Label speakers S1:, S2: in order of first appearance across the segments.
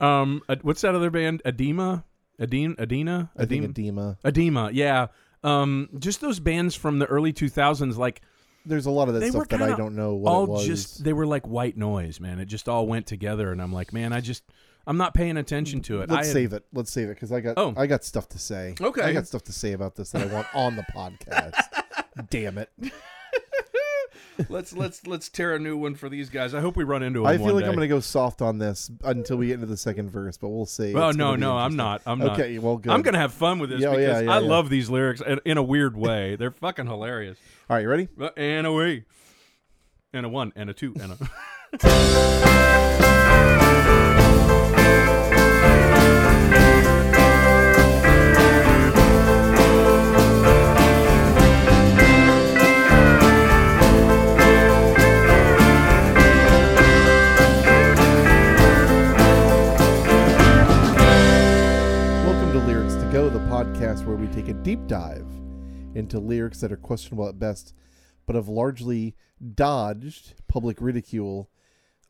S1: Um, uh, what's that other band? Edema, Adem, Adina,
S2: I think
S1: Adem,
S2: edema.
S1: Edema. Yeah. Um, just those bands from the early 2000s, like
S2: There's a lot of that
S1: they were
S2: stuff that I
S1: kinda
S2: don't know what
S1: all
S2: it was.
S1: just they were like white noise, man. It just all went together, and I'm like, man, I just I'm not paying attention to it. I
S2: Let's
S1: had-
S2: save it. Let's save it because I got
S1: Oh.
S2: I got stuff to say.
S1: Okay.
S2: I got stuff to say about this that I want on the podcast. Damn it!
S1: let's let's let's tear a new one for these guys. I hope we run into them.
S2: I feel
S1: one
S2: like
S1: day.
S2: I'm gonna go soft on this until we get into the second verse, but we'll see.
S1: Well,
S2: It's
S1: no,
S2: gonna be
S1: no, I'm
S2: interesting.
S1: not. I'm not.
S2: Okay, well, good.
S1: I'm gonna have fun with this
S2: Yeah, oh, yeah,
S1: because
S2: yeah,
S1: I
S2: yeah.
S1: love these lyrics in, in a weird way. They're fucking hilarious.
S2: All right, you ready?
S1: But- And away, and a one, and a two, and a.
S2: Welcome to Lyrics to Go, the podcast where we take a deep dive into lyrics that are questionable at best, but have largely dodged public ridicule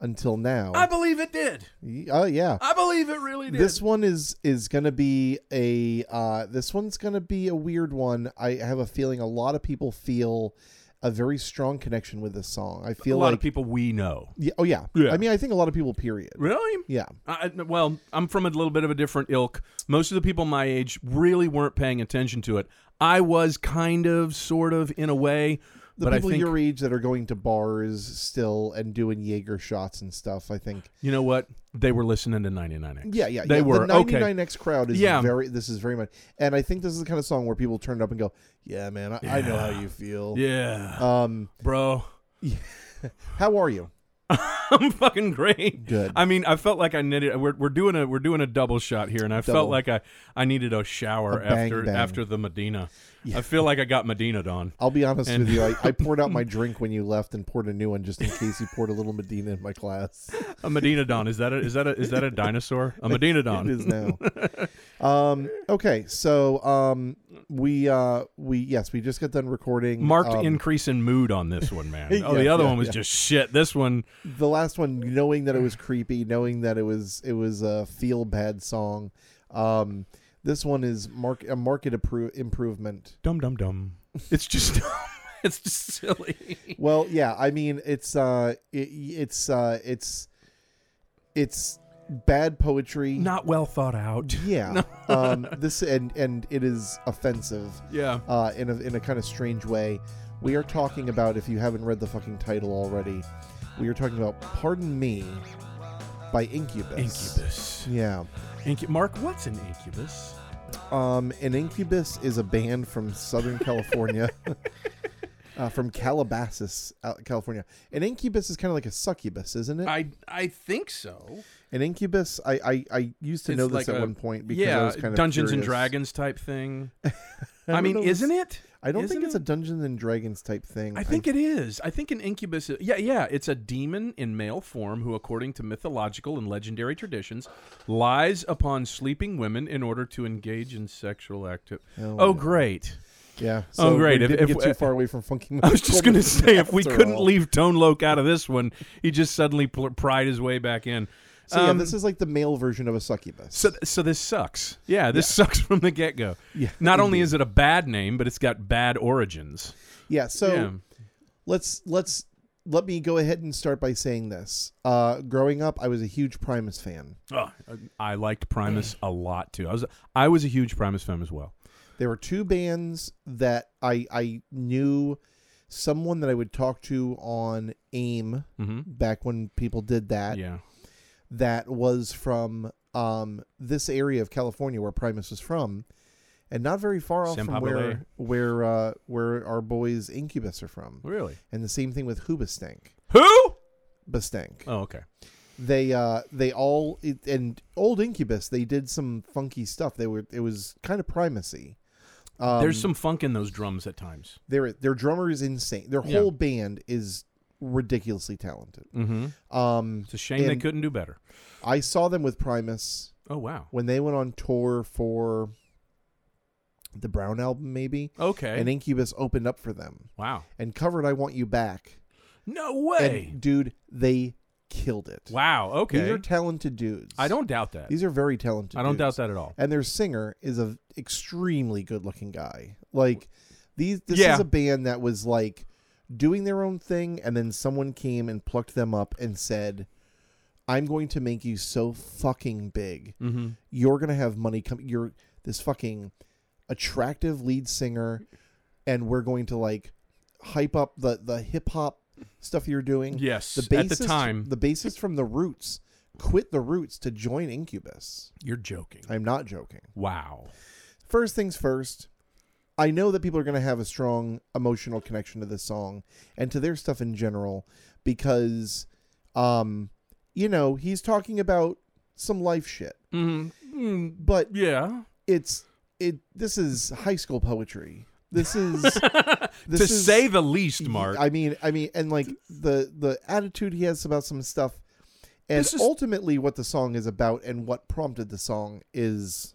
S2: until now.
S1: I believe it did.
S2: Y- oh yeah.
S1: I believe it really did.
S2: This one is is gonna be a uh, this one's gonna be a weird one. I have a feeling a lot of people feel a very strong connection with this song. I
S1: a
S2: feel
S1: lot
S2: like
S1: of people we know.
S2: yeah, oh yeah.
S1: Yeah.
S2: I mean, I think a lot of people. Period.
S1: Really?
S2: Yeah,
S1: I, I- well, I'm from a little bit of a different ilk. Most of the people my age really weren't paying attention to it. I was kind of, sort of, in a way.
S2: the
S1: but I
S2: people
S1: think
S2: your age that are going to bars still and doing Jaeger shots and stuff. I think.
S1: you know what they were listening to 99x.
S2: Yeah, yeah,
S1: they
S2: yeah.
S1: were
S2: The
S1: okay.
S2: 99X crowd is
S1: Yeah.
S2: very. This is very much, and I think this is the kind of song where people turn it up and go, "Yeah, man, I, I know how you feel."
S1: Yeah,
S2: Um,
S1: bro.
S2: how are you?
S1: I'm fucking great.
S2: Good.
S1: I mean, I felt like I needed. We're, we're doing a we're doing a double shot here, and I felt
S2: Double.
S1: like I I needed a shower
S2: A bang,
S1: after
S2: bang.
S1: after the Medina. I feel like I got Medina'd on.
S2: I'll be honest
S1: And-
S2: with you. I, I poured out my drink when you left and poured a new one just in case you poured a little Medina in my class.
S1: A Medinodon is that a is that a is that a dinosaur? A Medinodon.
S2: It is now. um, okay, so um, we uh, we yes, we just got done recording.
S1: marked
S2: um,
S1: increase in mood on this one, man. Oh, the
S2: Yeah,
S1: other
S2: yeah,
S1: one was
S2: yeah.
S1: just shit. This one,
S2: the last one, knowing that it was creepy, knowing that it was it was a feel bad song. Um, this one is mark a market appro- improvement.
S1: dum dum dum. It's just, it's just silly.
S2: Well, yeah, I mean it's uh, it, it's uh, it's it's bad poetry.
S1: Not well thought out.
S2: Yeah. um, this and and it is offensive
S1: Yeah.
S2: uh, in a in a kind of strange way. We are talking about if you haven't read the fucking title already, we are talking about "Pardon Me" by Incubus.
S1: Incubus.
S2: Yeah.
S1: Incu- Mark, what's an incubus?
S2: Um, and Incubus is a band from Southern California. Uh, from Calabasas, out California. An incubus is kind of like a succubus, isn't it?
S1: I I think so.
S2: An incubus, I I, I used to
S1: It's
S2: know this
S1: like
S2: at
S1: a-
S2: one point because I
S1: Yeah,
S2: was kind of
S1: Dungeons and
S2: curious.
S1: Dragons type thing.
S2: don't
S1: I mean,
S2: know if
S1: isn't it?
S2: I don't think
S1: Isn't
S2: it's a Dungeons and Dragons type thing.
S1: I think it is. I think an incubus. Is, yeah, yeah. It's a demon in male form who, according to mythological and legendary traditions, lies upon sleeping women in order to engage in sexual activity.
S2: Oh,
S1: Oh,
S2: no.
S1: great.
S2: Yeah.
S1: Oh,
S2: we
S1: great. If-
S2: didn't
S1: if
S2: get
S1: we-
S2: too far away from funky.
S1: I was just going to say, if we couldn't
S2: leave.
S1: leave Tone Loc out of this one, he just suddenly pl- pried his way back in.
S2: So yeah,
S1: Um,
S2: this is like the male version of a succubus.
S1: so, so this sucks. Yeah, this sucks from the get go.
S2: Yeah,
S1: Not only is it a bad name, but it's got bad origins.
S2: yeah, so
S1: yeah.
S2: let's let's let me go ahead and start by saying this. Uh, growing up, I was a huge Primus fan.
S1: Oh, I liked Primus a lot too. I was I was a huge Primus fan as well.
S2: There were two bands that I I knew someone that I would talk to on AIM
S1: Mm-hmm.
S2: back when people did that.
S1: Yeah.
S2: That was from um, this area of California where Primus was from, and not very far off
S1: San
S2: from
S1: Pablo Bay.
S2: where where uh, where our boys Incubus are from.
S1: Really?
S2: And the same thing with Hoobastank.
S1: Who?
S2: Oh, Bastank.
S1: Oh, okay.
S2: they uh they all it, and old incubus they did some funky stuff they were it was kind of primacy um,
S1: There's some funk in those drums at times.
S2: their their drummer is insane their
S1: Yeah.
S2: whole band is ridiculously talented
S1: Mm-hmm.
S2: um
S1: It's a shame they
S2: And-
S1: couldn't do better.
S2: i saw them with primus
S1: Oh wow.
S2: when they went on tour for the brown album maybe
S1: Okay.
S2: and incubus opened up for them
S1: wow.
S2: and covered i want you back
S1: No way.
S2: and dude they killed it.
S1: Wow.
S2: These
S1: Okay.
S2: are talented dudes.
S1: I don't doubt that.
S2: These are very talented.
S1: I don't
S2: dudes.
S1: doubt that at all.
S2: And their singer is a extremely good-looking guy. Like these, this
S1: Yeah.
S2: is a band that was like doing their own thing, and then someone came and plucked them up and said, "I'm going to make you so fucking big.
S1: Mm-hmm.
S2: You're gonna have money come. You're this fucking attractive lead singer, and we're going to like hype up the the hip hop stuff you're doing."
S1: Yes.
S2: The bassist,
S1: at the time,
S2: the bassist from the Roots quit the Roots to join Incubus.
S1: you're joking.
S2: I'm not joking.
S1: Wow.
S2: First things first, I know that people are going to have a strong emotional connection to this song and to their stuff in general because, um, you know, he's talking about some life shit,
S1: Mm-hmm.
S2: but
S1: Yeah.
S2: it's it. This is high school poetry. This is this
S1: to
S2: is,
S1: say the least, Mark.
S2: I mean, I mean, and like the the attitude he has about some stuff, and
S1: This is-
S2: ultimately what the song is about and what prompted the song is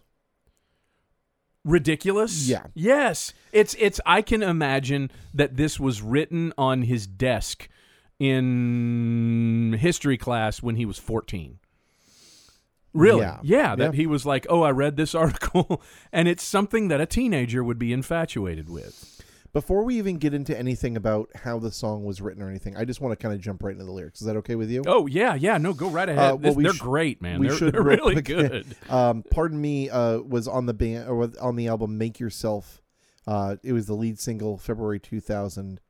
S1: ridiculous
S2: Yeah.
S1: yes it's it's i can imagine that this was written on his desk in history class when he was 14 really
S2: Yeah.
S1: yeah, that
S2: Yeah.
S1: he was like oh i read this article and it's something that a teenager would be infatuated with
S2: before we even get into anything about how the song was written or anything. I just want to kind of jump right into the lyrics. Is that okay with you?
S1: oh yeah yeah no go right ahead
S2: Uh, well,
S1: This-
S2: we
S1: they're
S2: sh-
S1: great man
S2: we
S1: they're,
S2: should
S1: they're
S2: real
S1: really
S2: quick.
S1: good
S2: Um, pardon me. Uh, was on the band or was on the album "Make Yourself." Uh, it was the lead single, February two thousand.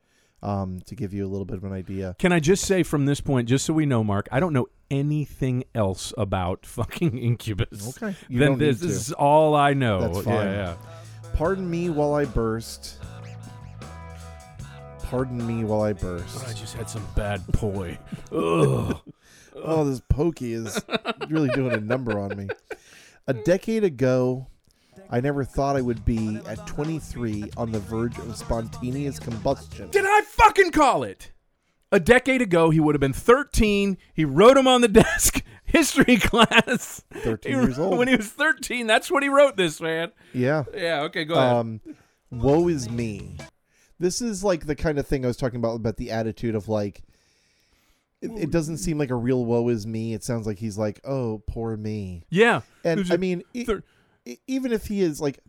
S2: Um, to give you a little bit of an idea.
S1: Can I just say from this point, just so we know, Mark, I don't know anything else about fucking Incubus.
S2: Okay. You
S1: then
S2: don't
S1: this,
S2: need to.
S1: this is all I know.
S2: That's fine.
S1: Yeah,
S2: Pardon me while I burst. Pardon me while I burst.
S1: yeah. I just had some bad poi. Ugh.
S2: Oh, this pokey is really doing a number on me. A decade ago, I never thought I would be at 23 on the verge of spontaneous combustion.
S1: Did I fucking call it? A decade ago, he would have been 13. He wrote him on the desk, history class.
S2: 13
S1: He-
S2: years old.
S1: When he was 13, that's when he wrote this, man.
S2: Yeah.
S1: Yeah, okay, go ahead.
S2: Um, woe is me. This is like the kind of thing I was talking about about the attitude of like. It, it doesn't seem like a real woe is me. It sounds like he's like, oh, poor me.
S1: Yeah.
S2: And
S1: Who's
S2: I
S1: your
S2: mean, e-
S1: third-
S2: e- even if he is like,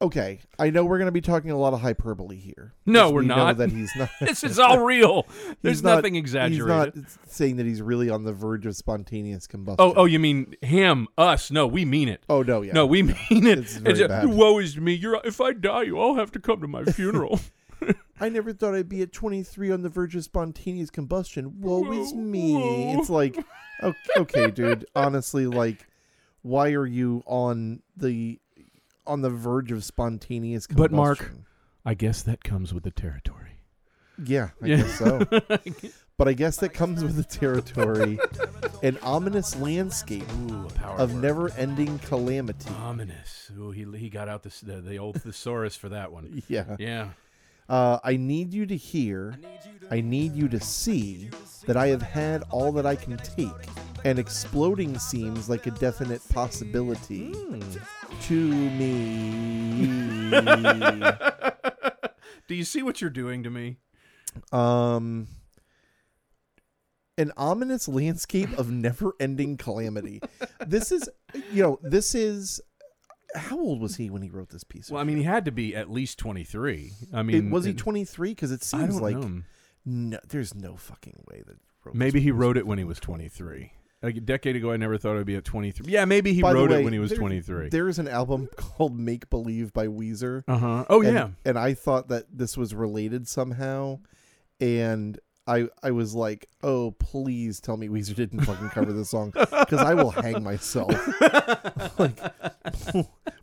S2: okay, I know we're going to be talking a lot of hyperbole here.
S1: No,
S2: 'cause
S1: we're
S2: we know
S1: not.
S2: that he's not.
S1: this is all real. There's
S2: he's not-
S1: nothing exaggerated.
S2: He's not saying that he's really on the verge of spontaneous combustion.
S1: Oh, oh, you mean him, us? No, we mean it.
S2: oh no, yeah,
S1: No, we mean it.
S2: It's very
S1: It's a-
S2: bad.
S1: Woe is me. You're if I die, you all have to come to my funeral.
S2: I never thought I'd be at 23 on the verge of spontaneous combustion. Woe is
S1: Whoa,
S2: me.
S1: whoa.
S2: It's like, okay, okay, dude. Honestly, like, why are you on the on the verge of spontaneous
S1: But,
S2: combustion?
S1: Mark- I guess that comes with the territory.
S2: Yeah, I
S1: Yeah.
S2: guess so. but I guess that comes with the territory an ominous landscape
S1: Ooh, a power
S2: of
S1: word.
S2: never ending calamity.
S1: ominous. Ooh, he he got out this, the the old thesaurus for that one.
S2: Yeah.
S1: Yeah.
S2: Uh, I need you to hear, I need you to see that I have had all that I can take, and exploding seems like a definite possibility to me.
S1: Do you see what you're doing to me?
S2: Um, an ominous landscape of never-ending calamity. This is, you know, this is. How old was he when he wrote this piece? of
S1: Well, I mean, he had to be at least 23. I
S2: shit?
S1: mean,
S2: It- was he
S1: it-
S2: 23? Because it
S1: I
S2: seems
S1: don't
S2: like
S1: know.
S2: no, there's no fucking way that. he wrote this
S1: Maybe he wrote it when he was 23. Like a decade ago, I never thought I'd be at 23. Yeah, maybe he
S2: By the
S1: wrote
S2: way,
S1: it when he was
S2: there-
S1: 23.
S2: There is an album called Make Believe by Weezer.
S1: Uh huh. Oh
S2: and,
S1: yeah.
S2: And I thought that this was related somehow. And I I was like, oh, please tell me Weezer didn't fucking cover this song because I will hang myself. like,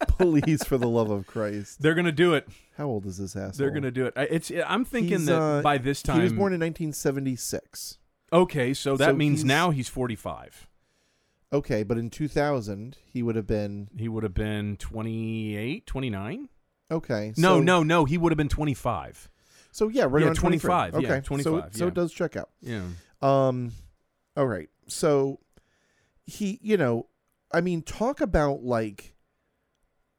S2: please, for the love of Christ.
S1: They're gonna do it.
S2: How old is this asshole?
S1: They're gonna do it. I, it's. I'm thinking
S2: He's,
S1: that
S2: uh,
S1: by this time
S2: He was born in 1976.
S1: Okay, so that
S2: So
S1: means
S2: he's-
S1: now he's 45.
S2: Okay, but in 2000, he would have been.
S1: He would have been 28, 29?
S2: Okay.
S1: no,
S2: so-
S1: no, no. He would have been 25.
S2: So, yeah, right
S1: Yeah,
S2: around 23.
S1: 25, yeah,
S2: Okay. so-
S1: 25,
S2: so
S1: yeah.
S2: it does check out.
S1: Yeah.
S2: Um, all right. So he, you know, I mean, talk about like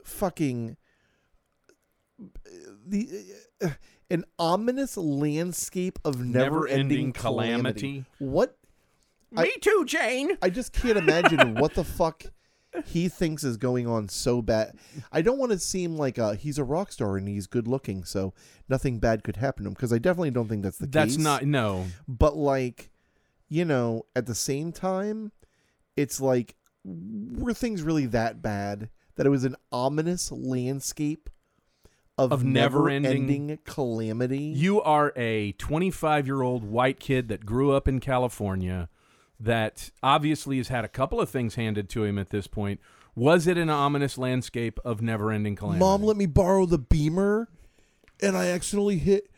S2: fucking the uh, an ominous landscape of never-ending
S1: Never-ending
S2: calamity.
S1: calamity.
S2: What I-
S3: Me too, Jane.
S2: I just can't imagine what the fuck he thinks is going on so bad. I don't want to seem like uh he's a rock star and he's good looking, so nothing bad could happen to him because I definitely don't think that's the
S1: That's
S2: case.
S1: not no.
S2: But like, you know, at the same time, it's like were things really that bad that it was an ominous landscape of,
S1: Of never-ending-
S2: never-ending calamity?
S1: You are a 25 year old white kid that grew up in California that obviously has had a couple of things handed to him at this point. Was it an ominous landscape of never ending calamity?
S2: Mom let me borrow the beamer, and I accidentally hit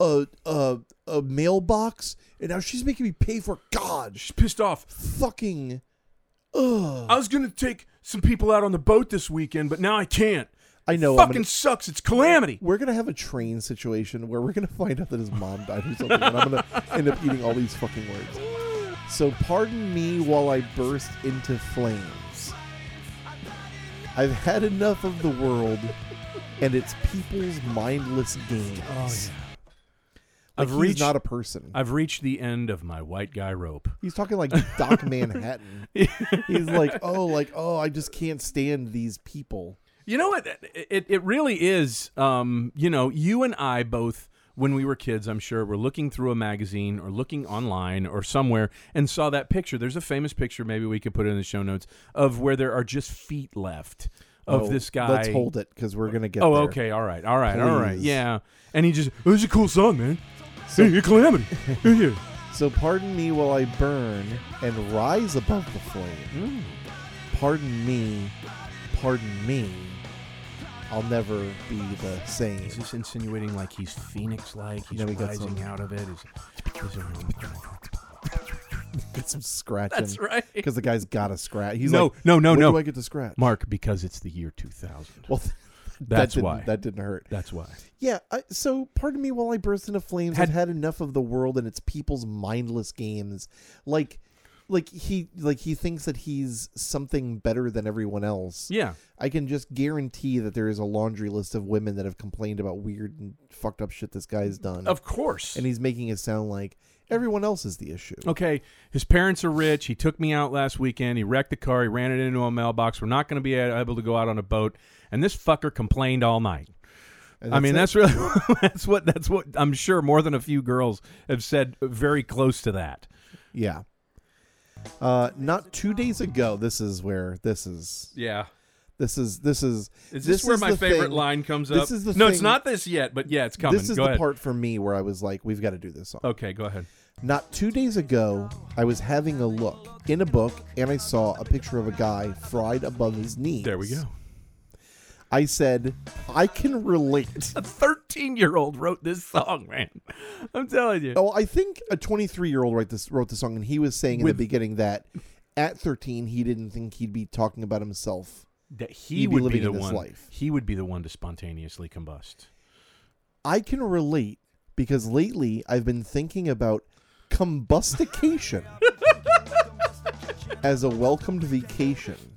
S2: a a, a mailbox, and now she's making me pay for God.
S1: She's pissed off.
S2: Fucking, ugh.
S1: I was going to take some people out on the boat this weekend, but now I can't.
S2: I know. I'm
S1: Fucking
S2: gonna,
S1: sucks. It's calamity.
S2: we're gonna have a train situation where we're gonna find out that his mom died or something, and I'm gonna end up eating all these fucking words. So pardon me while I burst into flames. I've had enough of the world and its people's mindless games.
S1: Oh,
S2: Like,
S1: I've
S2: he's
S1: reached-
S2: not a person.
S1: I've reached the end of my white guy rope.
S2: He's talking like Doc Manhattan. He's like, oh, like, oh, I just can't stand these people.
S1: You know what? It, it, it really is. Um, you know, you and I both, when we were kids, I'm sure, were looking through a magazine or looking online or somewhere and saw that picture. There's a famous picture, maybe we could put it in the show notes, of where there are just feet left of
S2: Oh,
S1: this guy.
S2: Let's hold it because we're gonna get.
S1: Oh,
S2: there.
S1: okay. All right. All right. All right.
S2: Please.
S1: Yeah. And he just, oh, this is a cool song, man.
S2: So-
S1: hey, you're calamity. Yeah, yeah.
S2: So pardon me while I burn and rise above the flame.
S1: Mm.
S2: Pardon me, pardon me. I'll never be the same.
S1: Is this insinuating like he's phoenix-like? He's
S2: No, we got
S1: rising
S2: some-
S1: out of it. Is, is it
S2: Get some scratching.
S1: That's right.
S2: Because the guy's got a scratch. He's
S1: no,
S2: like,
S1: no, no,
S2: "Where
S1: no,
S2: do I get to scratch?
S1: Mark, because it's the year 2000.
S2: Well, th-
S1: That's
S2: that didn't-
S1: why.
S2: that didn't hurt.
S1: That's why.
S2: Yeah, I, so pardon me while I burst into flames. I've had enough of the world and its people's mindless games. Like like he like he thinks that he's something better than everyone else.
S1: Yeah.
S2: I can just guarantee that there is a laundry list of women that have complained about weird and fucked up shit this guy's done.
S1: Of course.
S2: and he's making it sound like everyone else is the issue.
S1: okay, his parents are rich. He took me out last weekend. He wrecked the car. He ran it into a mailbox. We're not going to be able to go out on a boat. And this fucker complained all night.
S2: And
S1: I mean,
S2: it.
S1: that's really that's what that's what I'm sure more than a few girls have said very close to that.
S2: yeah. Uh not 2 days ago this is where this is
S1: Yeah.
S2: this is this is
S1: Is this, where
S2: is
S1: my
S2: the
S1: favorite
S2: thing-
S1: line comes up?
S2: This is the
S1: no, it's
S2: thing-
S1: not this yet, but yeah, it's coming.
S2: This is
S1: go
S2: the
S1: ahead. Oh.
S2: part for me where I was like, we've got to do this song.
S1: okay, go ahead.
S2: Not two days ago, I was having a look in a book and I saw a picture of a guy fried above his knees.
S1: There we go.
S2: I said, I can relate.
S1: A 13 year old wrote this song, man. I'm telling you.
S2: Oh, I think a 23 year old wrote this wrote the song, and he was saying in
S1: With-
S2: the beginning that at 13 he didn't think he'd be talking about himself.
S1: that he
S2: You'd be
S1: would be
S2: living
S1: the
S2: in this
S1: one.
S2: life.
S1: He would be the one to spontaneously combust.
S2: I can relate because lately I've been thinking about combustication as a welcomed vacation.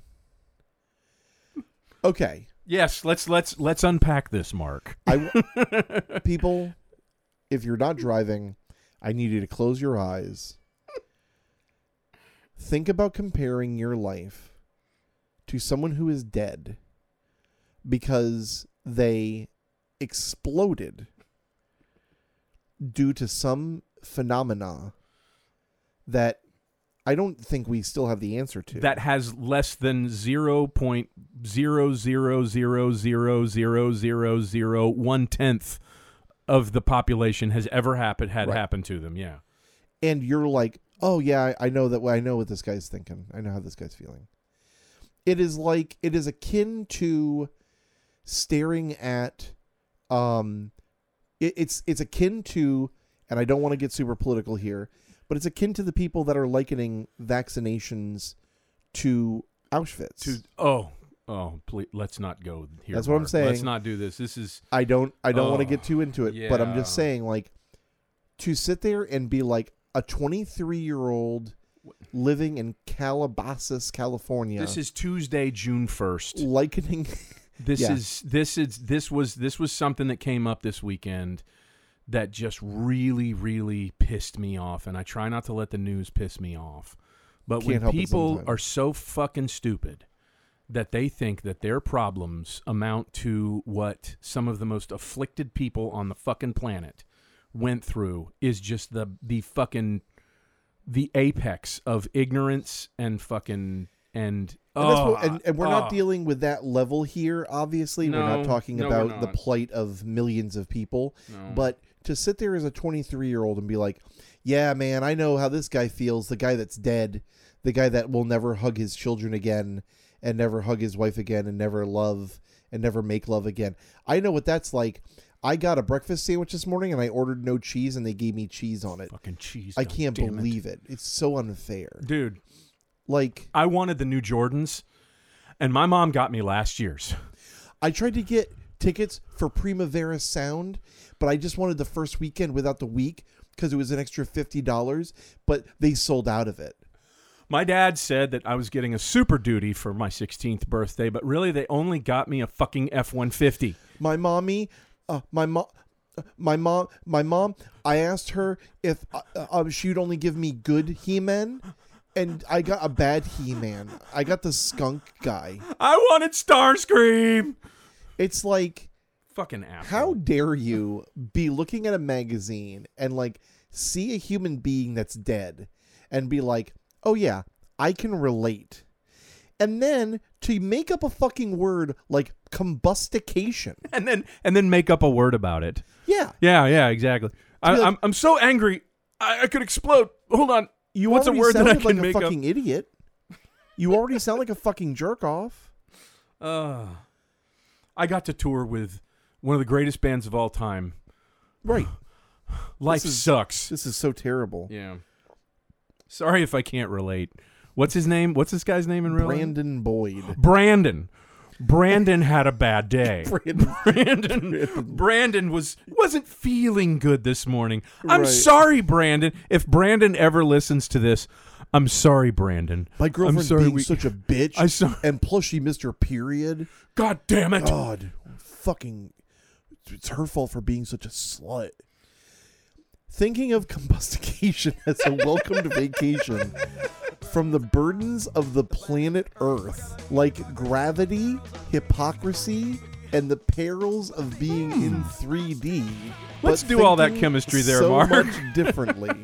S2: Okay.
S1: Yes, let's let's let's unpack this, Mark.
S2: I w- people, if you're not driving, I need you to close your eyes. Think about comparing your life to someone who is dead because they exploded due to some phenomena that I don't think we still have the answer to.
S1: That has less than zero point zero zero zero zero zero zero zero one tenth of the population has ever happened had
S2: Right.
S1: happened to them. Yeah,
S2: and you're like, oh yeah, I I know that. I know what this guy's thinking. I know how this guy's feeling. It is like it is akin to staring at, um, it, it's it's akin to, and I don't want to get super political here, but it's akin to the people that are likening vaccinations to Auschwitz.
S1: to oh oh, please, let's not go here.
S2: That's what I'm
S1: Mark. Let's
S2: saying.
S1: not do this. This is
S2: I don't I don't want to
S1: Oh,
S2: get too into it, but I'm just
S1: yeah.
S2: saying like to sit there and be like a 23 year old living in Calabasas, California,
S1: this is Tuesday, June first.
S2: likening
S1: This
S2: Yeah.
S1: is this is this was this was something that came up this weekend that just really, really pissed me off, and I try not to let the news piss me off. But
S2: Can't
S1: when
S2: help it
S1: people
S2: sometimes.
S1: are so fucking stupid that they think that their problems amount to what some of the most afflicted people on the fucking planet went through is just the the fucking the apex of ignorance and fucking and
S2: And, that's
S1: oh,
S2: what- and, and we're
S1: oh.
S2: not dealing with that level here, obviously. we're
S1: No,
S2: not talking
S1: no, we're
S2: about the
S1: not.
S2: plight of millions of people.
S1: No.
S2: But to sit there as a 23 year old and be like, yeah, man, I know how this guy feels the guy that's dead, the guy that will never hug his children again, and never hug his wife again, and never love, and never make love again. I know what that's like. I got a breakfast sandwich this morning and I ordered no cheese, and they gave me cheese on it.
S1: fucking cheese.
S2: I
S1: God
S2: can't
S1: damn it.
S2: believe it. It's so unfair.
S1: dude.
S2: Like,
S1: I wanted the new Jordans, and my mom got me last year's.
S2: I tried to get tickets for Primavera Sound, but I just wanted the first weekend without the week because it was an extra fifty dollars. But they sold out of it.
S1: My dad said that I was getting a super duty for my 16th birthday, but really they only got me a fucking F 150.
S2: My mommy, uh, my mom. My mom, my mom. I asked her if uh, uh, she would only give me good He-Man, and I got a bad He-Man. I got the skunk guy.
S1: I wanted Starscream!
S2: It's like,
S1: Fucking asshole.
S2: how dare you be looking at a magazine and like see a human being that's dead and be like, oh yeah, I can relate. And then to make up a fucking word like combustication.
S1: And then and then make up a word about it.
S2: Yeah.
S1: Yeah, yeah, exactly. I,
S2: like-
S1: I'm, I'm so angry, I, I could explode. Hold on. You What's a
S2: already
S1: word that I
S2: sounded
S1: can
S2: like
S1: make
S2: a fucking idiot. You already sound like a fucking jerk off.
S1: up? Uh, I got to tour with one of the greatest bands of all time.
S2: Right.
S1: Life
S2: is-
S1: sucks.
S2: This is so terrible.
S1: Yeah. Sorry if I can't relate. What's his name? What's this guy's name in real life?
S2: Brandon Boyd.
S1: Brandon. Brandon had a bad day.
S2: Brandon.
S1: Brandon Brandon was wasn't feeling good this morning. I'm
S2: Right.
S1: sorry, Brandon. If Brandon ever listens to this, I'm sorry, Brandon.
S2: My
S1: I'm
S2: girlfriend
S1: sorry
S2: being
S1: we-
S2: such a bitch.
S1: I saw-
S2: and plus she missed her period.
S1: God damn it.
S2: God, fucking, it's her fault for being such a slut. Thinking of combustication as a welcomed vacation from the burdens of the planet Earth, like gravity, hypocrisy, and the perils of being in 3D.
S1: Hmm. Let's
S2: but
S1: do all that
S2: thinking
S1: chemistry there,
S2: so
S1: Mark.
S2: much differently.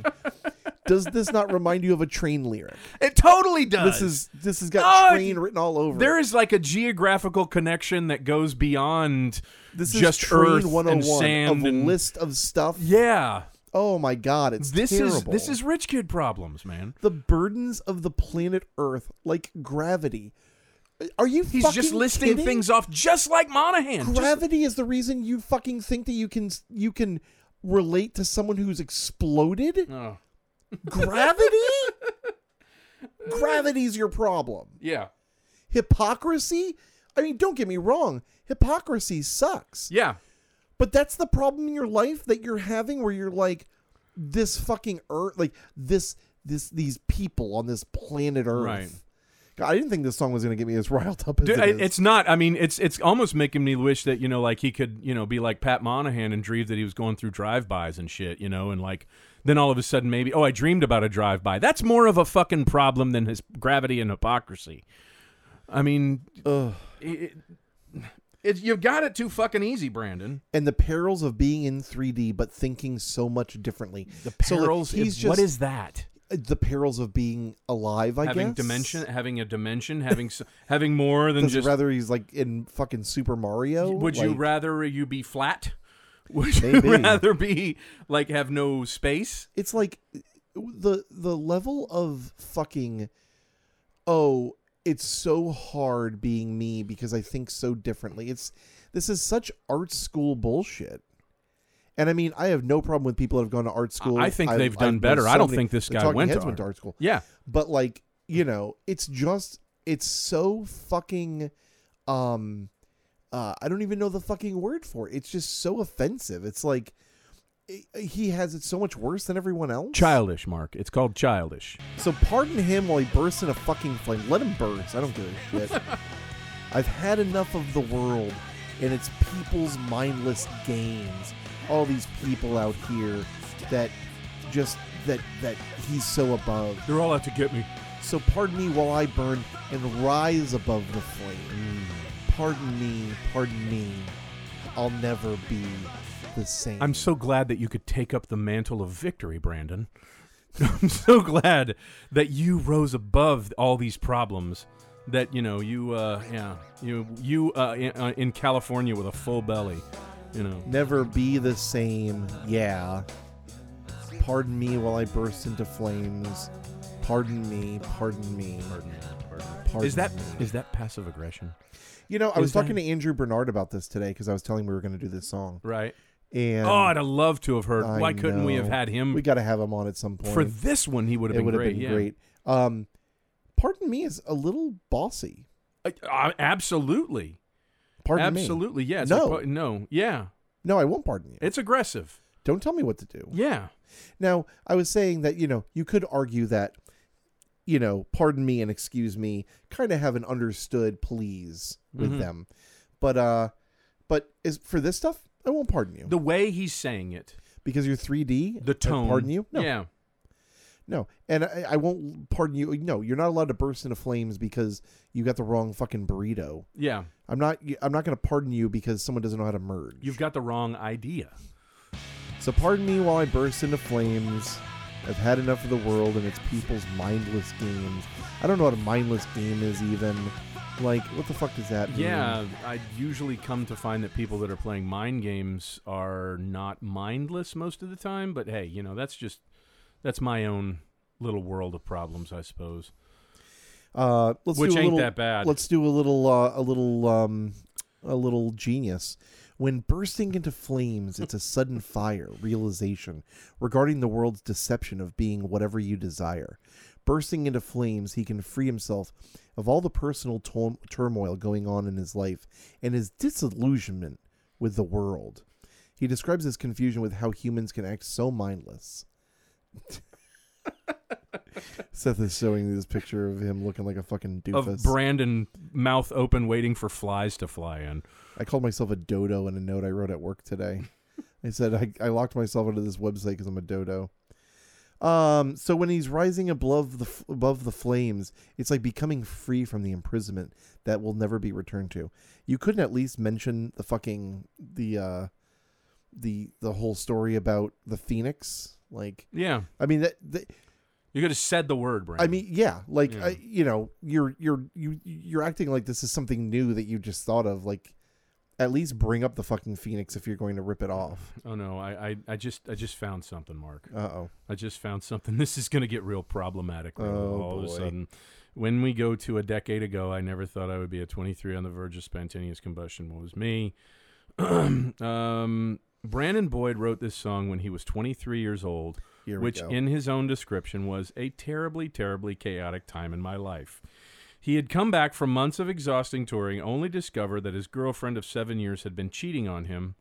S2: Does this not remind you of a train lyric?
S1: It totally does.
S2: This is this has got
S1: Oh,
S2: train written all over. it.
S1: there is like a geographical connection that goes beyond
S2: This
S1: just
S2: is train
S1: earth
S2: 101
S1: and sand
S2: of
S1: and
S2: list of stuff.
S1: yeah.
S2: Oh my god, it's
S1: This is
S2: terrible.
S1: this is rich kid problems, man.
S2: the burdens of the planet Earth, like gravity. Are you?
S1: He's
S2: fucking
S1: just listing
S2: kidding?
S1: things off just like Monahan. Just-
S2: Gravity is the reason you fucking think that you can you can relate to someone who's exploded.
S1: Oh,
S2: Gravity. Gravity's your problem.
S1: yeah.
S2: Hypocrisy. I mean, don't get me wrong. Hypocrisy sucks.
S1: Yeah.
S2: But that's the problem in your life that you're having where you're like this fucking earth like this this these people on this planet earth.
S1: Right.
S2: God, I didn't think this song was going to get me as riled up as
S1: Dude,
S2: it
S1: it-
S2: is.
S1: it's not. I mean, it's it's almost making me wish that you know, like he could, you know, be like Pat Monahan and dream that he was going through drive-bys and shit, you know, and like then all of a sudden maybe, oh, I dreamed about a drive-by. That's more of a fucking problem than his gravity and hypocrisy. I mean,
S2: Ugh.
S1: it, it's- you've got it too fucking easy, Brandon.
S2: and the perils of being in 3D but thinking so much differently. The
S1: Perils.
S2: So like, he's
S1: is-
S2: just
S1: what is that?
S2: the perils of being alive, I
S1: Having
S2: guess.
S1: dimension, having a dimension, having s- having more than
S2: Does
S1: just.
S2: it rather he's like in fucking Super Mario?
S1: Would you
S2: Like,
S1: rather you be flat? Would you
S2: Maybe.
S1: rather be like have no space?
S2: it's like the the level of fucking oh it's so hard being me because i think so differently it's this is such art school bullshit and i mean i have no problem with people that have gone to art school
S1: I think they've done
S2: know
S1: better. I don't think this
S2: the
S1: guy
S2: Talking
S1: went to
S2: Heads
S1: art.
S2: to art school
S1: Yeah,
S2: but like you know it's just it's so fucking um uh i don't even know the fucking word for it it's just so offensive it's like i- he has it so much worse than everyone else
S1: childish, Mark. It's called childish.
S2: so pardon him while he bursts in a fucking flame let him burst i don't give a shit i've had enough of the world and its people's mindless games all these people out here that just that that he's so above.
S1: They're all out to get me.
S2: So pardon me while I burn and rise above the flame.
S1: Mm.
S2: Pardon me, pardon me. I'll never be the same.
S1: I'm so glad that you could take up the mantle of victory, Brandon. I'm so glad that you rose above all these problems. That you know, you uh, yeah, you you uh, in, uh, in California with a full belly, you know.
S2: never be the same. Yeah. Pardon me while I burst into flames. Pardon me, pardon me.
S1: Pardon me, pardon me.
S2: Pardon
S1: Is that
S2: me.
S1: is that passive aggression?
S2: You know, I was
S1: is that-
S2: talking to Andrew Bernard about this today because I was telling him we were going to do this song.
S1: Right.
S2: And
S1: oh, I'd have loved to have heard.
S2: I
S1: Why couldn't we have
S2: know.
S1: had him
S2: we got to have him on at some point.
S1: for this one? He would have
S2: it
S1: been
S2: would have
S1: great.
S2: been
S1: yeah.
S2: great. Um, pardon me is a little bossy.
S1: Uh, uh, absolutely.
S2: Pardon me.
S1: absolutely. Yeah. It's
S2: No.
S1: like, no. Yeah.
S2: No, I won't pardon you.
S1: It's aggressive.
S2: Don't tell me what to do.
S1: Yeah.
S2: Now, I was saying that, you know, you could argue that, you know, pardon me and excuse me kind of have an understood please with
S1: Mhm.
S2: them. But uh but is for this stuff, I won't pardon you.
S1: The way he's saying it,
S2: because you're 3D.
S1: the
S2: I
S1: tone.
S2: pardon you? No.
S1: Yeah.
S2: No. And I, I won't pardon you. No, you're not allowed to burst into flames because you got the wrong fucking burrito.
S1: Yeah.
S2: I'm not I'm not going to pardon you because someone doesn't know how to merge.
S1: You've got the wrong idea.
S2: So pardon me while I burst into flames. I've had enough of the world and its people's mindless games. I don't know what a mindless game is even. Like, what the fuck does that mean?
S1: Yeah. I usually come to find that people that are playing mind games are not mindless most of the time, but hey, you know, that's just that's my own little world of problems, I suppose.
S2: Uh, let's
S1: Which
S2: do a
S1: ain't
S2: little,
S1: that bad.
S2: Let's do a little, uh, a little, um, a little genius. When bursting into flames, it's a sudden fire realization regarding the world's deception of being whatever you desire. Bursting into flames, he can free himself of all the personal tum- turmoil going on in his life and his disillusionment with the world. He describes his confusion with how humans can act so mindless. Seth is showing me this picture of him looking like a fucking doofus.
S1: Of Brandon mouth open waiting for flies to fly in.
S2: I called myself a dodo in a note I wrote at work today. I said I, I locked myself into this website because I'm a dodo. Um, so when he's rising above the f- above the flames, it's like becoming free from the imprisonment that will never be returned to. You couldn't at least mention the fucking the uh, the the whole story about the phoenix. Like,
S1: Yeah.
S2: I mean that, that
S1: You could have said the word, Brandon.
S2: I mean, yeah, like
S1: Yeah.
S2: I, you know, you're you're you you're acting like this is something new that you just thought of. Like, at least bring up the fucking phoenix if you're going to rip it off.
S1: Oh no, I, I, I just I just found something, Mark.
S2: Uh oh.
S1: I just found something. This is going to get real problematic real-
S2: Oh,
S1: all of a
S2: boy.
S1: sudden. When we go to a decade ago, I never thought I would be at 23 on the verge of spontaneous combustion. What was me? um, Brandon Boyd wrote this song when he was 23 years old,
S2: Here
S1: which,
S2: we go.
S1: in his own description, was a terribly, terribly chaotic time in my life. He had come back from months of exhausting touring, only discovered that his girlfriend of seven years had been cheating on him.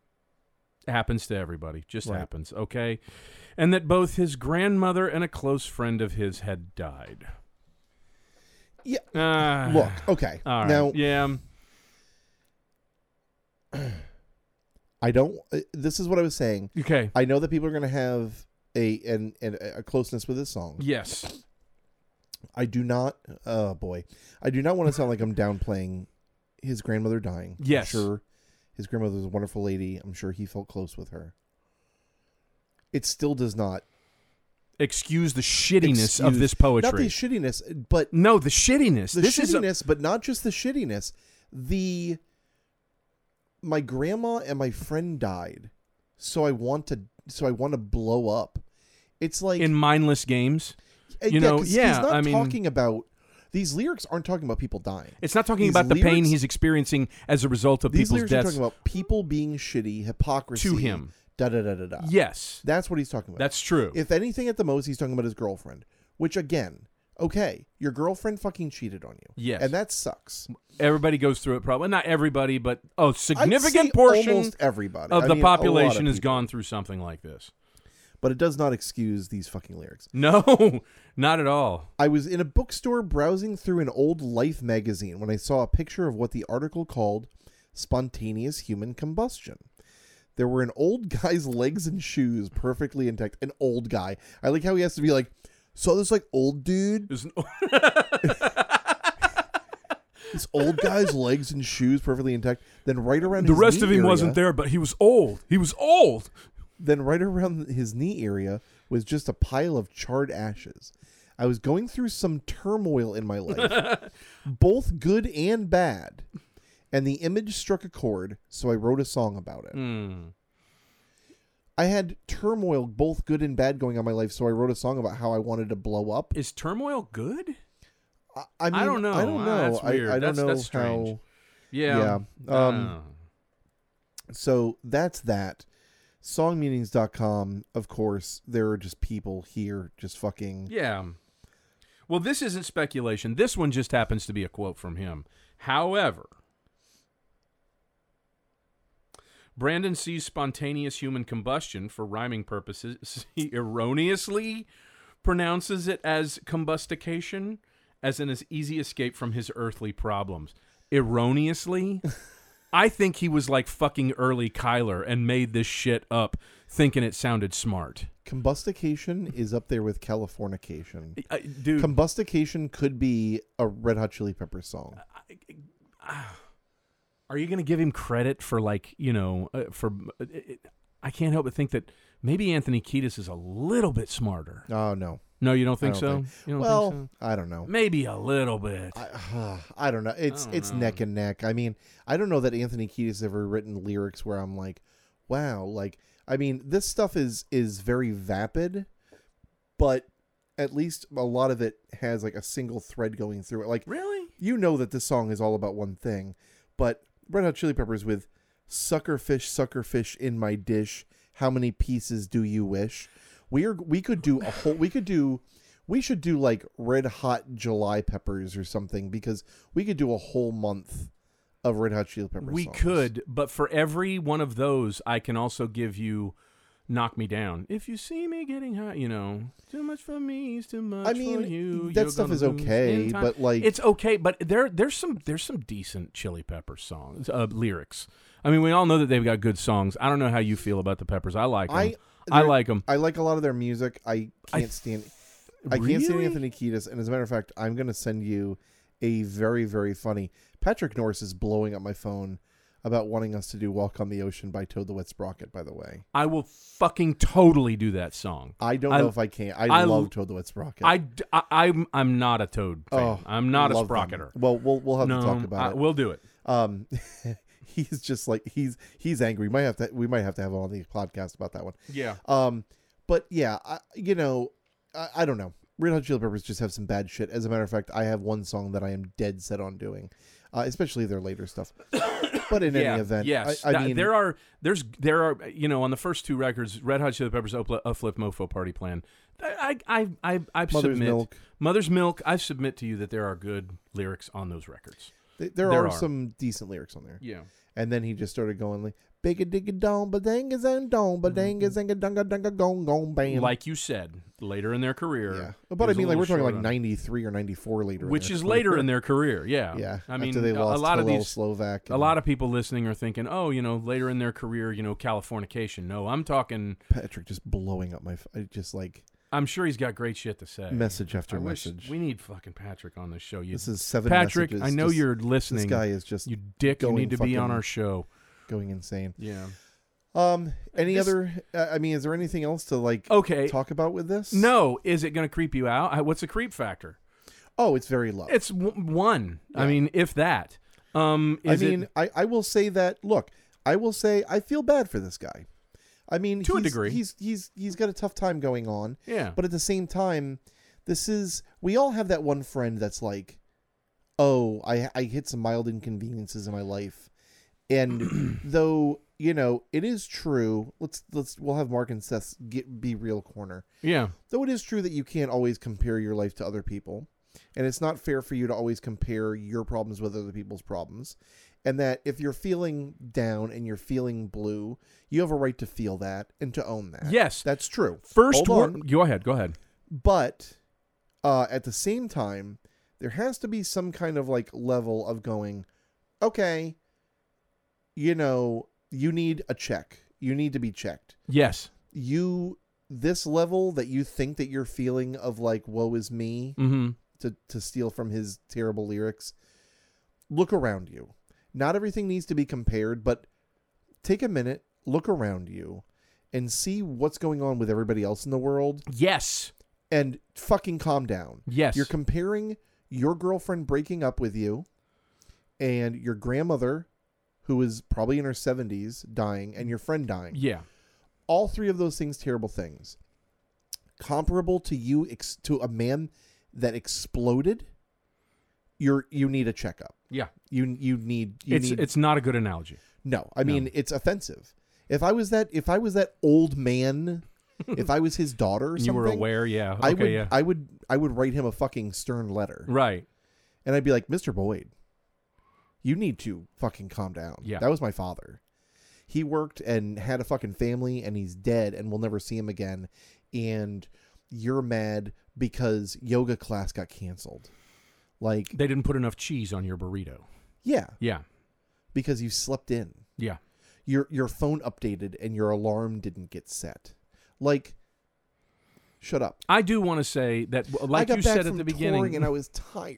S1: Happens to everybody, just
S2: Right.
S1: happens, okay? And that both his grandmother and a close friend of his had died.
S2: Yeah.
S1: Ah.
S2: Look, okay.
S1: All right.
S2: Now
S1: yeah. um,
S2: I don't. uh, This is what I was saying.
S1: Okay.
S2: I know that people are going to have a and and a closeness with this song.
S1: Yes.
S2: I do not. Oh boy, I do not want to sound like I'm downplaying his grandmother dying. I'm
S1: Yes.
S2: sure, his grandmother was a wonderful lady. I'm sure he felt close with her. It still does not
S1: Excuse the shittiness of
S2: Excuse-
S1: this poetry.
S2: Not the shittiness, but
S1: no, the shittiness.
S2: the
S1: this
S2: shittiness,
S1: is
S2: but not just the shittiness. The my grandma and my friend died, so I want to, so I want to blow up. It's like
S1: a, in mindless games.
S2: uh,
S1: you know,
S2: 'cause
S1: yeah,
S2: He's not
S1: I mean-
S2: talking about these lyrics. Aren't talking about people dying.
S1: It's not talking
S2: These
S1: about the pain
S2: lyrics-
S1: he's experiencing as a result of
S2: These
S1: people's
S2: lyrics are
S1: deaths.
S2: talking about people being shitty, hypocrisy
S1: To him.
S2: Da da da da da.
S1: yes,
S2: that's what he's talking about.
S1: that's true.
S2: if anything, at the most, he's talking about his girlfriend. Which again, okay, your girlfriend fucking cheated on you.
S1: Yes.
S2: and that sucks.
S1: everybody goes through it, probably not everybody, but a
S2: I'd say
S1: significant portion
S2: almost everybody
S1: of
S2: I
S1: the
S2: mean, a lot of
S1: population has
S2: people.
S1: gone through something like this.
S2: but it does not excuse these fucking lyrics
S1: No, not at all.
S2: i was in a bookstore browsing through an old life magazine when i saw a picture of what the article called spontaneous human combustion There were an old guy's legs and shoes perfectly intact. An old guy. I like how he has to be like, saw this like old dude.
S1: There's an-
S2: This old guy's legs and shoes perfectly intact. Then right around
S1: the
S2: his
S1: rest
S2: knee
S1: of him
S2: area-
S1: wasn't there, but he was old. He was old.
S2: Then right around his knee area was just a pile of charred ashes. I was going through some turmoil in my life, both good and bad. And the image struck a chord, so I wrote a song about it.
S1: Hmm.
S2: I had turmoil, both good and bad, going on in my life, so I wrote a song about how I wanted to blow up.
S1: Is turmoil good?
S2: I, I, mean,
S1: don't know.
S2: I don't
S1: Ah,
S2: know.
S1: that's
S2: I,
S1: weird.
S2: I don't
S1: That's-
S2: know
S1: that's strange.
S2: how.
S1: Yeah. Oh.
S2: Yeah, um, So that's that. Songmeanings.com, of course, there are just people here just fucking.
S1: yeah. Well, this isn't speculation. This one just happens to be a quote from him. However, Brandon sees spontaneous human combustion for rhyming purposes. He erroneously pronounces it as combustication, as an as easy escape from his earthly problems. Erroneously? I think he was like fucking early Kyler and made this shit up thinking it sounded smart.
S2: Combustication is up there with Californication.
S1: I- dude,
S2: Combustication could be a Red Hot Chili Peppers song.
S1: Uh, are you going to give him credit for like you know uh, for uh, it, it- i can't help but think that maybe anthony kiedis is a little bit smarter
S2: Oh, no.
S1: no you don't think
S2: I
S1: so
S2: don't
S1: you don't
S2: well,
S1: think
S2: I don't know.
S1: so maybe a little bit
S2: I, I don't know. It's
S1: don't
S2: it's
S1: know.
S2: neck and neck. I mean, I don't know that Anthony Kiedis ever written lyrics where I'm like, wow, like I mean, this stuff is is very vapid, but at least a lot of it has like a single thread going through it. Like
S1: really
S2: you know that this song is all about one thing, but Red Hot Chili Peppers with "Suckerfish, suckerfish in my dish, how many pieces do you wish?" We are we could do a whole we could do we should do like Red Hot July Peppers or something because we could do a whole month of Red Hot Chili Peppers.
S1: we
S2: songs.
S1: could but for every one of those i can also give you knock me down if you see me getting hot you know too much for me is too much
S2: I
S1: for you
S2: mean, that
S1: you're
S2: stuff
S1: gonna
S2: is
S1: lose
S2: okay,
S1: in time.
S2: but like
S1: it's okay, but there there's some there's some decent Chili Peppers songs uh, lyrics. I mean, we all know that they've got good songs. I don't know how you feel about the Peppers. I like them.
S2: I
S1: I,
S2: there-
S1: like them.
S2: I like a lot of their music. I
S1: I-
S2: can't stand. I can't stand
S1: Really?
S2: Anthony Kiedis. And as a matter of fact, I'm going to send you a very very funny. Patrick Norris is blowing up my phone about wanting us to do "Walk on the Ocean" by Toad the Wet Sprocket. By the way,
S1: I will fucking totally do that song.
S2: I don't
S1: I-
S2: know if I can. I,
S1: I
S2: love
S1: l-
S2: Toad the Wet Sprocket.
S1: I, d- I I'm I'm not a Toad fan.
S2: Oh,
S1: I'm not a
S2: love them.
S1: Sprocketer.
S2: Well, we'll we'll have
S1: No,
S2: to talk about
S1: I-
S2: it.
S1: we'll do it.
S2: um he's just like he's he's angry we might have to we might have to have him on the podcast about that one
S1: Yeah.
S2: um but yeah I, you know I, I don't know red hot chili peppers just have some bad shit as a matter of fact i have one song that i am dead set on doing uh, especially their later stuff but in
S1: yeah.
S2: any event
S1: yes.
S2: i, I
S1: That-
S2: mean
S1: there are there's there are you know on the first two records, Red Hot Chili Peppers, Opla- Uplift, Mofo, Party Plan. I I I I, I
S2: mother's
S1: submit
S2: milk
S1: Mother's Milk, I submit to you that there are good lyrics on those records.
S2: th- there,
S1: there
S2: are,
S1: are.
S2: some decent lyrics on there
S1: Yeah.
S2: and then he just started going like big a digga dong ba dang is and dong ba dang is and dunga dunga gong gong bam
S1: Mm-hmm. Like you said, later in their career.
S2: yeah but i
S1: is a
S2: mean like we're
S1: little
S2: talking
S1: short
S2: like
S1: on-
S2: 93 or 94 later in
S1: which
S2: their
S1: is
S2: career.
S1: later in their career. Yeah.
S2: Yeah,
S1: I mean,
S2: after they
S1: a-
S2: lost
S1: a lot of
S2: Hillel
S1: these
S2: Slovak,
S1: a lot of people listening are thinking, "Oh, you know, later in their career, you know, Californication." No, I'm talking
S2: Patrick just blowing up my, f- I just like
S1: I'm sure he's got great shit to say.
S2: message
S1: I
S2: after
S1: wish-
S2: message.
S1: we need fucking Patrick on this show. You
S2: this is seven.
S1: Patrick,
S2: messages,
S1: I know
S2: just-
S1: you're
S2: This
S1: listening.
S2: guy is just
S1: you dick, you
S2: going
S1: need to be on
S2: fucking-
S1: our show.
S2: going insane.
S1: Yeah.
S2: Um, any
S1: This-
S2: other? Uh, I mean, is there anything else to like
S1: Okay.
S2: talk about with this?
S1: No, is it going to creep you out? I- What's the creep factor?
S2: Oh, it's very low.
S1: It's w- one. I
S2: Yeah.
S1: mean, if that. Um,
S2: I
S1: is it-
S2: mean, I, I will say that. Look, I will say I feel bad for this guy. I mean,
S1: To a
S2: he's-
S1: degree.
S2: he's he's he's got a tough time going on.
S1: yeah.
S2: But at the same time, this is we all have that one friend that's like, "Oh, I I hit some mild inconveniences in my life." And though, you know, it is true, let's let's we'll have Mark and Seth get be real corner.
S1: yeah.
S2: Though it is true that you can't always compare your life to other people, and it's not fair for you to always compare your problems with other people's problems. And that if you're feeling down and you're feeling blue, you have a right to feel that and to own that.
S1: Yes.
S2: That's true.
S1: First
S2: Hold
S1: word.
S2: on.
S1: Go ahead. Go ahead.
S2: but uh, at the same time, there has to be some kind of like level of going, okay, you know, you need a check. you need to be checked.
S1: Yes.
S2: You this level that you think that you're feeling of like woe is me
S1: Mm-hmm.
S2: to to steal from his terrible lyrics. Look around you. Not everything needs to be compared, but take a minute, look around you and see what's going on with everybody else in the world
S1: Yes.
S2: and fucking calm down.
S1: Yes.
S2: You're comparing your girlfriend breaking up with you and your grandmother, who is probably in her 70s, dying, and your friend dying.
S1: yeah.
S2: All three of those things, terrible things. Comparable to you, ex- to a man that exploded, you're, you need a checkup.
S1: Yeah.
S2: You, you need, you
S1: it's
S2: need,
S1: it's not a good analogy.
S2: no, I
S1: No.
S2: mean, it's offensive. If I was that, if I was that old man, if I was his daughter or something,
S1: You were aware, yeah. Okay,
S2: I would,
S1: yeah.
S2: I would, I would write him a fucking stern letter.
S1: right.
S2: And I'd be like, Mr. Boyd, you need to fucking calm down.
S1: Yeah.
S2: That was my father. He worked and had a fucking family and he's dead and we'll never see him again. And you're mad because yoga class got canceled. Like,
S1: They didn't put enough cheese on your burrito.
S2: yeah,
S1: Yeah.
S2: because you slept in.
S1: Yeah.
S2: Your your phone updated and your alarm didn't get set. Like, shut up.
S1: I do want to say that w- like
S2: I got
S1: you
S2: back
S1: said
S2: from
S1: at the
S2: touring
S1: beginning.
S2: and I was tired.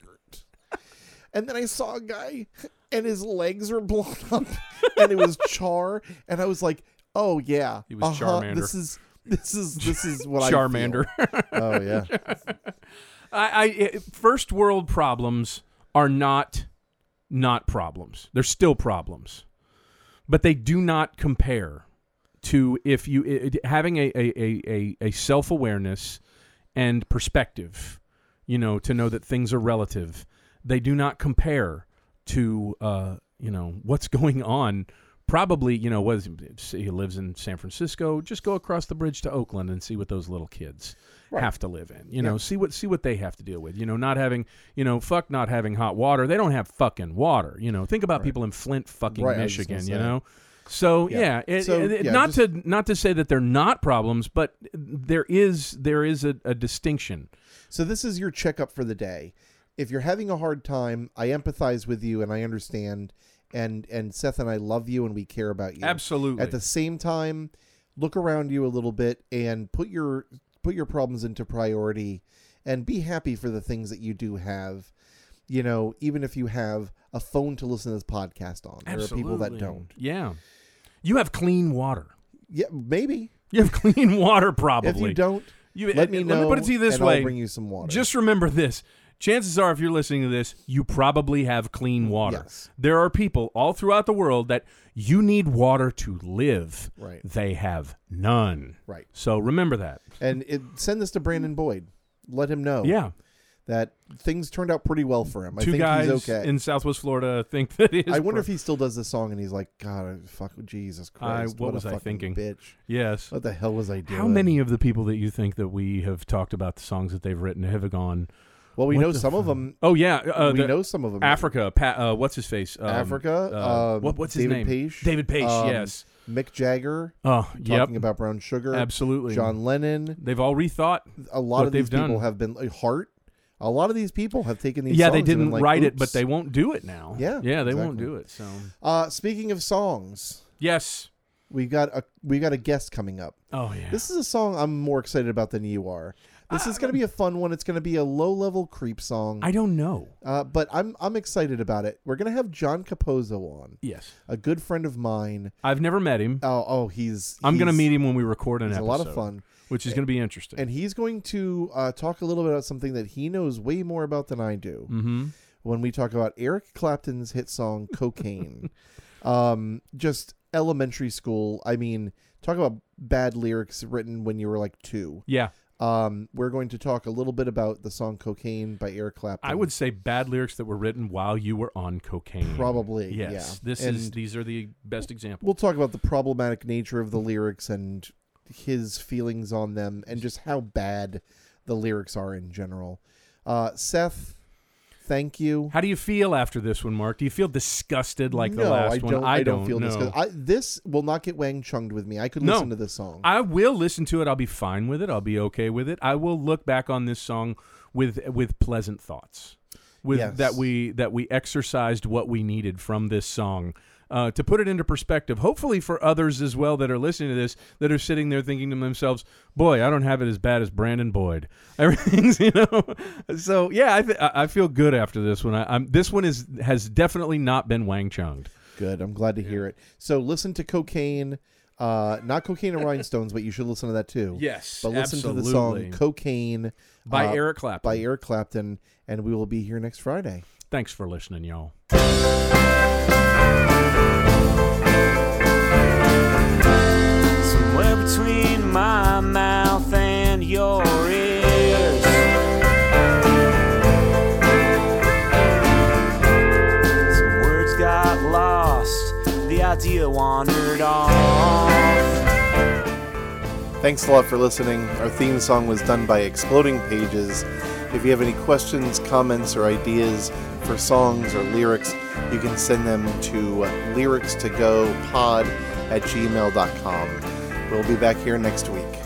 S2: and then I saw a guy, and his legs were blown up, and it was char, and I was like, "Oh yeah,
S1: He was Charmander.
S2: This is this is this is what
S1: Charmander.
S2: I feel. Oh yeah,
S1: I, I it- first world problems are not not problems. They're still problems, but they do not compare to if you it, it- having a a, a, a, a self awareness and perspective, you know, to know that things are relative. They do not compare to uh, you know what's going on. Probably, you know, what is, say he lives in San Francisco. Just go across the bridge to Oakland and see what those little kids
S2: Right.
S1: have to live in. You know, see what see what they have to deal with. You know, not having, you know, fuck not having hot water. They don't have fucking water. You know, think about people in Flint, fucking
S2: Right, I was just gonna
S1: Michigan. You
S2: say.
S1: know, so
S2: Yeah.
S1: yeah, it,
S2: So,
S1: it- it-
S2: yeah,
S1: not
S2: just-
S1: to not to say that they're not problems, but there is there is a, a distinction.
S2: So this is your checkup for the day. If you're having a hard time, I empathize with you and I understand. And and Seth and I love you and we care about you.
S1: Absolutely.
S2: At the same time, look around you a little bit and put your put your problems into priority and be happy for the things that you do have. You know, even if you have a phone to listen to this podcast on. There are people that
S1: Absolutely.
S2: don't.
S1: Yeah, you have clean water.
S2: Yeah, maybe.
S1: You have clean water, probably.
S2: If you don't,
S1: You-
S2: let me know.
S1: put it to you this
S2: and
S1: way:
S2: I'll bring you some water.
S1: Just remember this. Chances are, if you're listening to this, you probably have clean water.
S2: Yes.
S1: There are people all throughout the world that you need water to live.
S2: Right.
S1: They have none.
S2: right.
S1: So remember that.
S2: And it, send this to Brandon Boyd. Let him know
S1: Yeah.
S2: that things turned out pretty well for him. I
S1: Two
S2: think
S1: guys
S2: he's okay.
S1: in Southwest Florida think that it is.
S2: I
S1: pro-
S2: wonder if he still does this song and he's like, God, fuck, Jesus
S1: I-
S2: Christ.
S1: what
S2: a
S1: was I
S2: fucking
S1: thinking?
S2: Bitch.
S1: Yes.
S2: What the hell was I doing?
S1: How many of the people that you think that we have talked about the songs that they've written have gone?
S2: Well, we
S1: What
S2: know
S1: the
S2: some of
S1: fuck?
S2: them.
S1: Oh yeah, uh,
S2: we
S1: the-
S2: know some of them.
S1: Africa. Pa- uh, what's his face? Um,
S2: Africa.
S1: uh,
S2: um,
S1: what- what's his
S2: David
S1: name?
S2: Page.
S1: David Page.
S2: um,
S1: yes.
S2: Mick Jagger.
S1: Oh, yep.
S2: Talking about brown sugar.
S1: Absolutely.
S2: John Lennon.
S1: They've all rethought.
S2: A lot
S1: What
S2: of these
S1: they've
S2: people
S1: done.
S2: have been like, Hart. A lot of these people have taken these.
S1: Yeah, they
S2: songs and been
S1: didn't
S2: like,
S1: write it,
S2: "Oops."
S1: but they won't do it now.
S2: Yeah,
S1: yeah, they won't
S2: exactly.
S1: do it. So
S2: Uh, speaking of songs,
S1: yes.
S2: we got a we got a guest coming up.
S1: Oh yeah.
S2: This is a song I'm more excited about than you are. This is going to be a fun one. It's going to be a low level creep song.
S1: I don't know.
S2: Uh, but I'm I'm excited about it. We're gonna have John Capozzo on,
S1: Yes,
S2: a good friend of mine.
S1: I've never met him.
S2: Oh, oh, he's
S1: I'm gonna
S2: he's-
S1: meet him when we record an
S2: He's a
S1: episode.
S2: lot of fun,
S1: which is gonna be interesting.
S2: and he's going to uh, talk a little bit about something that he knows way more about than I do.
S1: mm-hmm.
S2: When we talk about Eric Clapton's hit song "Cocaine," um, just elementary school. I mean, talk about bad lyrics written when you were like two.
S1: Yeah,
S2: Um, we're going to talk a little bit about the song "Cocaine" by Eric Clapton.
S1: I would say bad lyrics that were written while you were on cocaine.
S2: probably
S1: Yes.
S2: yeah.
S1: This is
S2: And-
S1: these are the best examples.
S2: we'll talk about the problematic nature of the lyrics and his feelings on them and just how bad the lyrics are in general. Uh, Seth, thank you.
S1: How do you feel after this one, Mark? Do you feel disgusted like
S2: no,
S1: the last
S2: I
S1: one?
S2: don't, I don't, feel
S1: know.
S2: disgusted. I, this will not get Wang Chunged with me. I could
S1: No.
S2: listen to this song.
S1: I will listen to it. I'll be fine with it. I'll be okay with it. I will look back on this song with with pleasant thoughts, with
S2: Yes.
S1: that we that we exercised what we needed from this song uh, to put it into perspective, hopefully for others as well that are listening to this, that are sitting there thinking to themselves, "Boy, I don't have it as bad as Brandon Boyd." Everything's, you know. So yeah, I, th- I I feel good after this one. I, I'm this one is has definitely not been Wang Chunged.
S2: Good. I'm glad to hear it. So listen to Cocaine, uh, not Cocaine and Rhinestones, but you should listen to that too.
S1: Yes,
S2: But listen to the
S1: absolutely.
S2: song Cocaine
S1: by
S2: uh,
S1: Eric Clapton.
S2: by Eric Clapton, and we will be here next Friday.
S1: Thanks for listening, y'all.
S3: somewhere between my mouth and your ears. Some words got lost, the idea wandered off.
S2: Thanks a lot for listening. Our theme song was done by Exploding Pages. If you have any questions, comments, or ideas for songs or lyrics, you can send them to lyrics to go pod at gmail.com. We'll be back here next week.